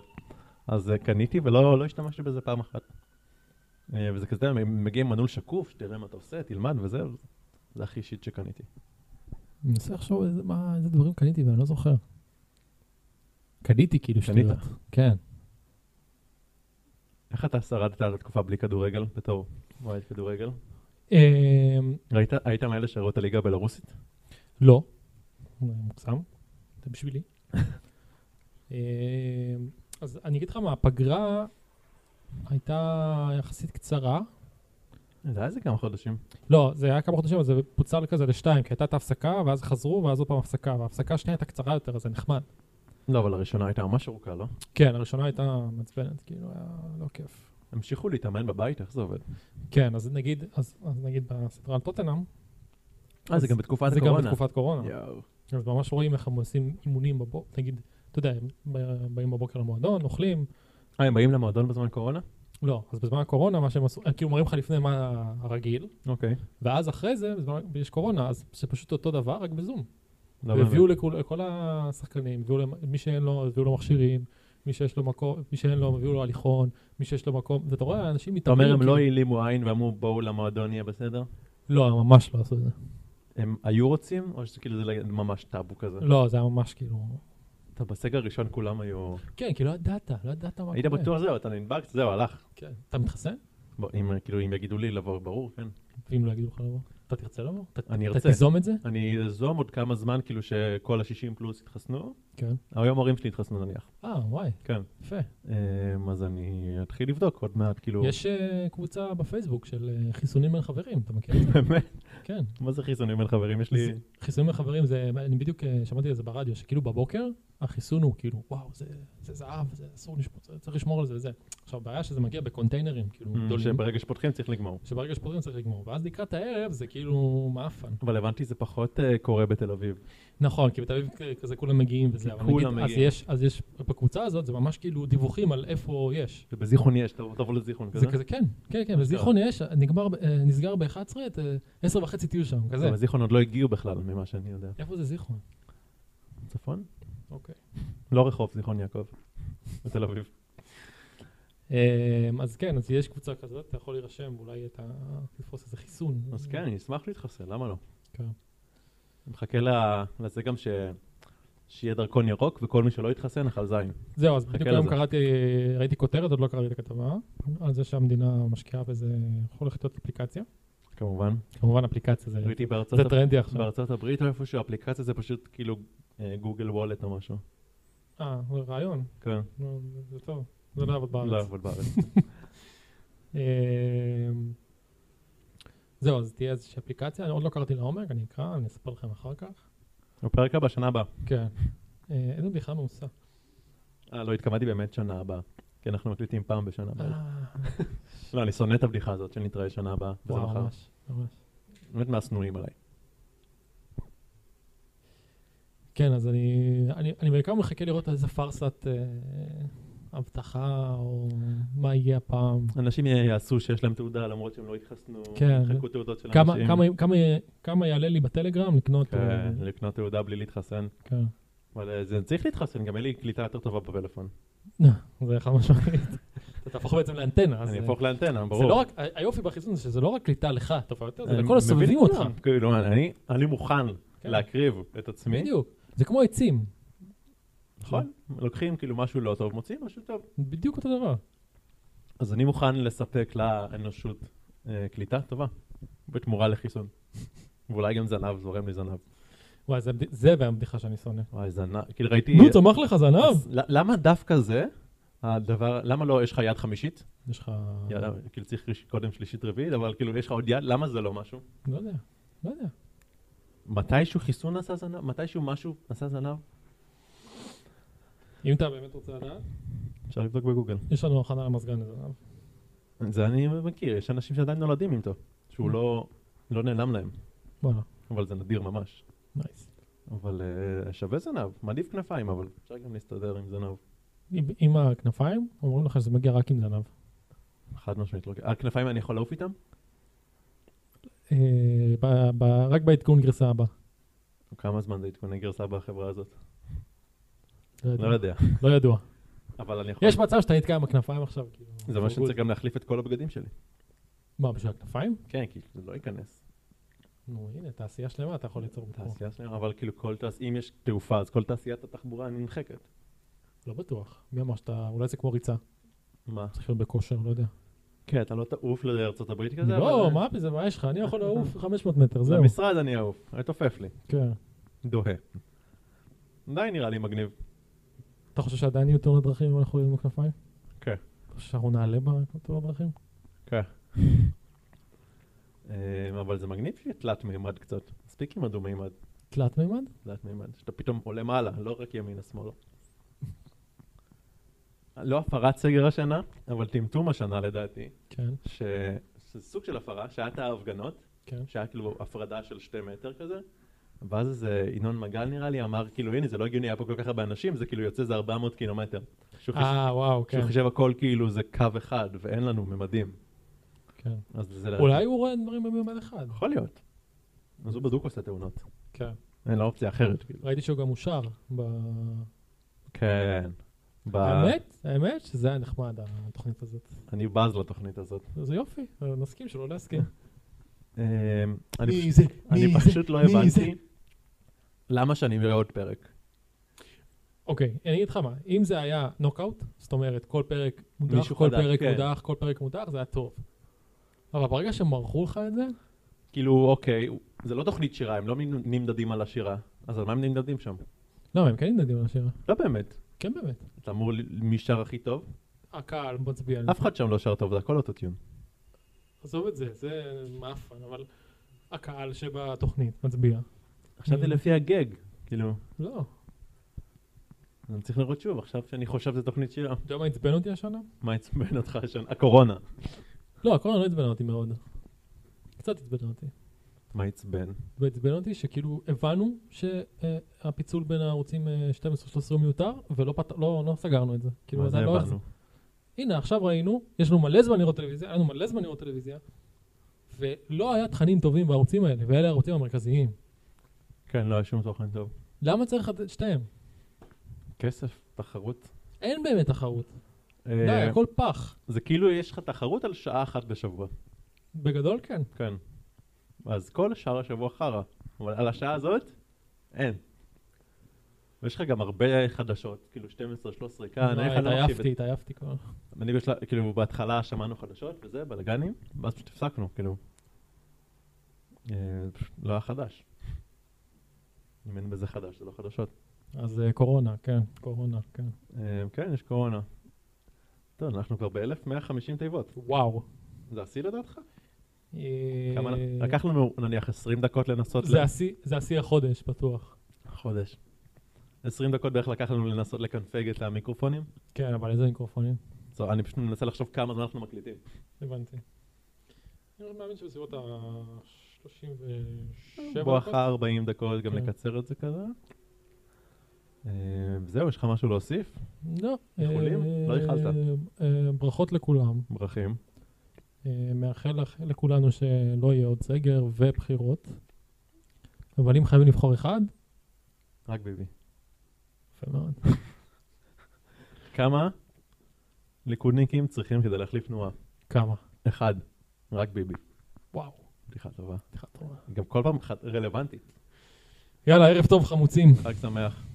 S1: אז אה, קניתי ולא לא השתמשתי בזה פעם אחת. אה, וזה כזה, מ- מגיע עם מנעול שקוף, שתראה מה אתה עושה, תלמד וזה, זה הכי שיט שקניתי.
S2: אני מנסה לחשוב איזה, מה, איזה דברים קניתי ואני לא זוכר. קניתי כאילו
S1: קנית?
S2: שטויות. כן.
S1: איך אתה שרדת על התקופה בלי כדורגל, בתור אוהד כדורגל?
S2: אמ,
S1: ראית, היית מאלה שראו את הליגה הבלארוסית?
S2: לא. מוגזם. זה בשבילי. אמ, אז אני אגיד לך מה, הפגרה הייתה יחסית קצרה.
S1: זה היה איזה כמה חודשים.
S2: לא, זה היה כמה חודשים, אבל זה פוצל כזה לשתיים, כי הייתה את ההפסקה, ואז חזרו, ואז עוד פעם הפסקה, וההפסקה השנייה הייתה קצרה יותר, אז זה נחמד.
S1: לא, אבל הראשונה הייתה ממש ארוכה, לא?
S2: כן, הראשונה הייתה מעצבנת, כאילו, היה לא כיף.
S1: המשיכו להתאמן בבית, איך זה עובד? אה,
S2: כן, אז נגיד, אז, אז נגיד בסדרה על טוטנאם,
S1: אה, זה גם בתקופת
S2: זה גם
S1: הקורונה.
S2: בתקופת קורונה.
S1: יואו.
S2: אז ממש רואים איך הם עושים אימונים בבוקר, נגיד, אתה יודע, הם ב- באים בבוקר למועדון, אוכלים,
S1: אה, הם באים למועדון בזמן קורונה?
S2: לא, אז בזמן הקורונה מה שהם עשו, הם כאילו מראים לך לפני מה הרגיל,
S1: אוקיי.
S2: ואז אחרי זה, בזמן, יש קורונה, אז זה פשוט אותו דבר, רק בזום.
S1: לא
S2: והביאו
S1: באמת.
S2: לכל, לכל השחקנים, הביאו למי שאין לו, הביאו לו מכשירים, מי שיש לו מקום, מי שאין לו, הביאו לו הליכון, מי שיש לו מקום, ואתה רואה, אנשים
S1: אתה אומר, הם
S2: כאילו-
S1: לא העלימו עין ואמרו, בואו למועדון, יהיה בסדר?
S2: לא, הם ממש לא עשו את זה.
S1: הם היו רוצים, או שכאילו זה לא ממש טאבו כזה?
S2: לא, זה היה ממש כאילו...
S1: אתה בסגר הראשון כולם היו...
S2: כן, כי לא ידעת, לא ידעת מה קורה.
S1: היית בטוח, זהו, אתה נדבק, זהו, הלך.
S2: כן. אתה מתחסן?
S1: בוא, אם, כאילו, אם יגידו לי לבוא, ברור, כן.
S2: ואם לא יגידו לך לבוא? אתה תרצה לומר? ת-
S1: אני
S2: אתה
S1: ארצה.
S2: תיזום את זה?
S1: אני אזום עוד כמה זמן, כאילו שכל ה-60 פלוס יתחסנו.
S2: כן.
S1: היום ההורים שלי יתחסנו נניח.
S2: אה, וואי,
S1: כן.
S2: יפה.
S1: אמ, אז אני אתחיל לבדוק עוד מעט, כאילו...
S2: יש אה, קבוצה בפייסבוק של אה, חיסונים בין חברים, אתה מכיר את זה?
S1: באמת?
S2: כן.
S1: מה זה חיסונים בין חברים? יש לי...
S2: זה- חיסונים בין חברים, זה, אני בדיוק אה, שמעתי את זה ברדיו, שכאילו בבוקר, החיסון הוא כאילו, וואו, זה, זה זהב, זה אסור לשפוט, זה- צריך לשמור על זה וזה. עכשיו, הבעיה שזה מגיע בקונטיינרים, כאילו,
S1: אמ,
S2: גדולים,
S1: שברגע שפותחים צריך לגמור.
S2: שברגע שפותחים צריך לגמור, ואז לקראת הערב זה כאילו מאפן.
S1: אבל הבנתי שזה פחות אה, קורה בתל אביב.
S2: נכון, כי בתל אביב כ- כזה כולם מגיעים וזה, אבל
S1: כולם
S2: נגיד, אז
S1: מגיעים.
S2: יש, אז יש, בקבוצה הזאת זה ממש כאילו דיווחים על איפה יש.
S1: ובזיכרון יש, תבוא תבוא לזיכרון כזה.
S2: זה כזה, כן, כן, כן, בזיכרון יש, נגמר, ב- אה, נסגר ב-11, אה, עשר וחצי תהיו שם, כזה.
S1: אבל זיכרון עוד לא הגיעו בכלל, ממה שאני יודע.
S2: איפה זה זיכרון?
S1: צפון?
S2: אוקיי.
S1: לא רחוב, זיכרון יעקב. בתל אביב.
S2: אמ, אז כן, אז יש קבוצה כזאת, אתה יכול להירשם, אולי אתה תתפוס איזה חיסון.
S1: אז כן, אני אשמח להתחסן, למה לא?
S2: כן.
S1: אני מחכה ל- לזה גם ש... שיהיה דרכון ירוק, וכל מי שלא יתחסן, אכל זין.
S2: זהו, אז
S1: חכה
S2: בדיוק היום
S1: לזה.
S2: קראתי, ראיתי כותרת, עוד לא קראתי את הכתבה, על זה שהמדינה משקיעה בזה, הולכת להיות אפליקציה.
S1: כמובן.
S2: כמובן אפליקציה זה,
S1: ראיתי בארצות
S2: זה טרנדי עכשיו.
S1: בארצות הברית או איפשהו, אפליקציה זה פשוט כאילו אה, גוגל וולט או משהו.
S2: אה, זה רעיון,
S1: כן,
S2: לא, זה- זה טוב, זה לא יעבוד
S1: לא
S2: בארץ.
S1: אבל בארץ.
S2: אמ, זהו, אז תהיה איזושהי אפליקציה, אני עוד לא קראתי לעומק, אני אקרא, אני אספר לכם אחר כך.
S1: בפרק הבא, שנה הבאה.
S2: כן. אה, איזה בדיחה מעושה.
S1: אה, לא, התכוונתי באמת שנה הבאה. כי אנחנו מקליטים פעם בשנה הבאה.
S2: אה,
S1: לא, אני שונא את הבדיחה הזאת שנתראה שנה הבאה. וזה
S2: וואו,
S1: מחר.
S2: ממש, ממש.
S1: באמת מהשנואים עליי.
S2: כן, אז אני, אני, אני בעיקר מחכה לראות איזה פארסת אה, הבטחה, או מה יהיה הפעם.
S1: אנשים יעשו שיש להם תעודה למרות שהם לא התחסנו.
S2: כן.
S1: יחקו תעודות של
S2: כמה,
S1: אנשים.
S2: כמה, כמה, כמה יעלה לי בטלגרם לקנות... אה,
S1: כן, לקנות תעודה בלי להתחסן.
S2: כן.
S1: אבל אה, זה צריך להתחסן, גם אין לי קליטה יותר טובה בפלאפון.
S2: אה, נו, זה חד משמעית. אתה תהפוך בעצם לאנטנה. אז,
S1: אני
S2: אה,
S1: אהפוך לאנטנה,
S2: זה לא
S1: ברור.
S2: רק, ה- היופי בחיסון זה שזה לא רק קליטה לך, טוב יותר, זה
S1: אני
S2: לכל הסובבים
S1: מבין את
S2: אותך.
S1: כולם. כאילו, אני- אני מוכן
S2: כן.
S1: להקריב את עצמי.
S2: בדיוק. זה כמו עצים,
S1: נכון. לוקחים כאילו משהו לא טוב, מוצאים משהו טוב.
S2: בדיוק אותו דבר.
S1: אז אני מוכן לספק לאנושות אה, קליטה טובה, בתמורה לחיסון. ואולי גם זנב, זורם לי זנב.
S2: וואי, זה הבד- זה הבדיחה שאני שונא.
S1: וואי, זנב, כאילו ראיתי...
S2: נו, צמח לך זנב.
S1: אז ל- למה דווקא זה, הדבר, למה לא, יש לך יד חמישית?
S2: יש לך...
S1: יד, כאילו צריך ראש- קודם שלישית רביעית, אבל כאילו יש לך עוד יד, למה זה לא משהו?
S2: לא יודע, לא יודע.
S1: מתישהו חיסון עשה זנב? מתישהו משהו עשה זנב?
S2: אם אתה באמת רוצה לדעת,
S1: אפשר לבדוק בגוגל.
S2: יש לנו הכנה למזגן אה? לזנב.
S1: זה אני מכיר, יש אנשים שעדיין נולדים איתו, שהוא לא, לא נעלם להם,
S2: וואלה,
S1: אבל זה נדיר ממש.
S2: נייס.
S1: אבל אה, שווה זנב, מעדיף כנפיים, אבל אפשר גם להסתדר עם זנב.
S2: עם- עם הכנפיים, אומרים לך שזה מגיע רק עם זנב.
S1: חד משמעית לא. אה, כנפיים אני יכול לעוף איתם?
S2: אה, ב- ב- רק בעדכון גרסה הבא.
S1: כמה זמן זה עדכוני גרסה בחברה הזאת?
S2: לא יודע.
S1: לא יודע,
S2: לא ידוע.
S1: אבל אני יכול...
S2: יש מצב שאתה נתקע עם הכנפיים עכשיו, כאילו.
S1: זה מה שצריך גם להחליף את כל הבגדים שלי.
S2: מה, בשביל הכנפיים?
S1: כן, כי זה לא ייכנס.
S2: נו, הנה, תעשייה שלמה אתה יכול ליצור מפה.
S1: תעשייה שלהם, אבל כאילו כל תעשייה, אם יש תעופה, אז כל תעשיית התחבורה נמחקת.
S2: לא בטוח. מי אמר שאתה, אולי זה כמו ריצה.
S1: מה?
S2: צריך להיות בכושר, לא יודע.
S1: כן, אתה לא תעוף לארצות הברית כזה?
S2: לא,
S1: כן, אבל-
S2: מה זה, מה יש לך? אני יכול לעוף 500 מטר, זהו.
S1: למשרד אני אעוף, אני תופף לי.
S2: כן.
S1: דוהה. די נראה לי מגניב.
S2: אתה חושב שעדיין יהיו תאונות דרכים אם אנחנו נהיה עם הכנפיים?
S1: כן.
S2: אתה חושב שאנחנו נעלה בתאונות דרכים?
S1: כן. אה, אבל זה מגניב שיהיה תלת מימד קצת. מספיק עם הדו מימד.
S2: תלת מימד?
S1: תלת מימד, שאתה פתאום עולה מעלה, לא רק ימינה שמאלה. לא הפרת סגר השנה, אבל טמטום השנה לדעתי,
S2: כן,
S1: ש... שזה סוג של הפרה, שהיה את ההפגנות,
S2: כן.
S1: שהיה כאילו הפרדה של שתי מטר כזה, ואז איזה ינון מגל נראה לי אמר, כאילו הנה זה לא הגיוני, היה פה כל כך הרבה אנשים, זה כאילו יוצא איזה 400 קילומטר. שהוא חיש-
S2: אה, וואו, כן.
S1: שהוא חישב הכל כאילו זה קו אחד, ואין לנו ממדים.
S2: כן.
S1: אז זה... לדעתי-
S2: אולי הוא רואה דברים במימד אחד.
S1: יכול להיות. אז הוא בדוק עושה תאונות.
S2: כן.
S1: אין לו אופציה אחרת. כאילו.
S2: ראיתי שהוא גם אושר. ב...
S1: כן. ב-
S2: האמת, האמת שזה היה נחמד, התוכנית הזאת.
S1: אני בז לתוכנית הזאת.
S2: זה יופי, נסכים שלא להסכים.
S1: אמ, אני
S2: מי
S1: פשוט-
S2: זה?
S1: אני
S2: מי זה?
S1: פשוט לא
S2: מי זה?
S1: הבנתי למה שאני אראה עוד פרק.
S2: אוקיי, אני אגיד לך מה, אם זה היה נוקאוט, זאת אומרת, כל פרק מודח,
S1: מישהו
S2: כל
S1: חדש,
S2: פרק
S1: כן.
S2: מודח, כל פרק מודח, זה היה טוב. אבל ברגע שהם ערכו לך את זה,
S1: כאילו, אוקיי, זה לא תוכנית שירה, הם לא נמדדים על השירה, אז על מה הם נמדדים שם?
S2: לא, הם כן נמדדים על השירה.
S1: לא באמת.
S2: כן באמת.
S1: אתה אמור, ל- מי שר הכי טוב?
S2: הקהל מצביע על
S1: אף אחד שם לא שר טוב, זה הכל אוטוטיון.
S2: עזוב את זה, זה מאפן, אבל הקהל שבתוכנית מצביע.
S1: עכשיו זה לפי הגג, כאילו,
S2: לא.
S1: אני צריך לראות שוב, עכשיו שאני חושב שזה תוכנית שירה.
S2: אתה יודע מה עצבן אותי השנה?
S1: מה עצבן אותך השנה? הקורונה.
S2: לא, הקורונה לא עצבנה אותי מאוד. קצת עצבנה אותי.
S1: מה עצבן?
S2: ועצבן אותי שכאילו הבנו שהפיצול בין הערוצים אה, 12-13 מיותר, ולא פת... לא, לא סגרנו את זה. כאילו,
S1: מה זה
S2: עדיין לא
S1: הבנו?
S2: הנה, עכשיו ראינו, יש לנו מלא זמן לראות טלוויזיה, היה לנו מלא זמן לראות טלוויזיה, ולא היה תכנים טובים בערוצים האלה, ואלה הערוצים המרכזיים.
S1: כן, לא היה שום תוכן טוב.
S2: למה צריך את שתיהם?
S1: כסף, תחרות.
S2: אין באמת תחרות. די,
S1: אה,
S2: הכל פח.
S1: זה כאילו יש לך תחרות על שעה אחת בשבוע.
S2: בגדול כן.
S1: כן. אז כל שאר השבוע חרא, אבל על השעה הזאת, אין. ויש לך גם הרבה חדשות, כאילו 12, 13 כאן,
S2: לא,
S1: איך אני לא מקשיב?
S2: התעייפתי, התעייפתי כבר.
S1: אני בשלב, כאילו בהתחלה שמענו חדשות וזה, בלאגנים, ואז פשוט הפסקנו, כאילו. אה, פשוט לא היה חדש. אם אין בזה חדש, זה לא חדשות.
S2: אז אה, קורונה, כן, קורונה, כן.
S1: אה, כן, יש קורונה. טוב, אנחנו כבר ב-1150 תיבות.
S2: וואו.
S1: זה השיא לדעתך?
S2: אה,
S1: כמה- לקח לנו נניח 20 דקות לנסות
S2: זה השיא- זה השיא החודש, בטוח.
S1: חודש. 20 דקות בערך לקח לנו לנסות לקנפג את המיקרופונים.
S2: כן, אבל איזה מיקרופונים?
S1: אז אני פשוט מנסה לחשוב כמה זמן אנחנו מקליטים.
S2: הבנתי. אני לא מאמין שבסביבות ה-37
S1: בוא אחר 40 דקות גם
S2: כן.
S1: לקצר את זה כזה. אה, זהו, יש לך משהו להוסיף?
S2: לא.
S1: איחולים?
S2: אה,
S1: לא איחלת.
S2: אה, אה, ברכות לכולם.
S1: מברכים.
S2: אה, מאחל לכ- לכולנו שלא יהיה עוד סגר ובחירות. אבל אם חייבים לבחור אחד,
S1: רק ביבי.
S2: יפה מאוד.
S1: כמה ליכודניקים צריכים כדי להחליף תנועה?
S2: כמה?
S1: אחד. רק ביבי.
S2: וואו,
S1: בדיחה טובה.
S2: בדיחה טובה.
S1: גם כל פעם אחת רלוונטית.
S2: יאללה, ערב טוב חמוצים.
S1: חג שמח.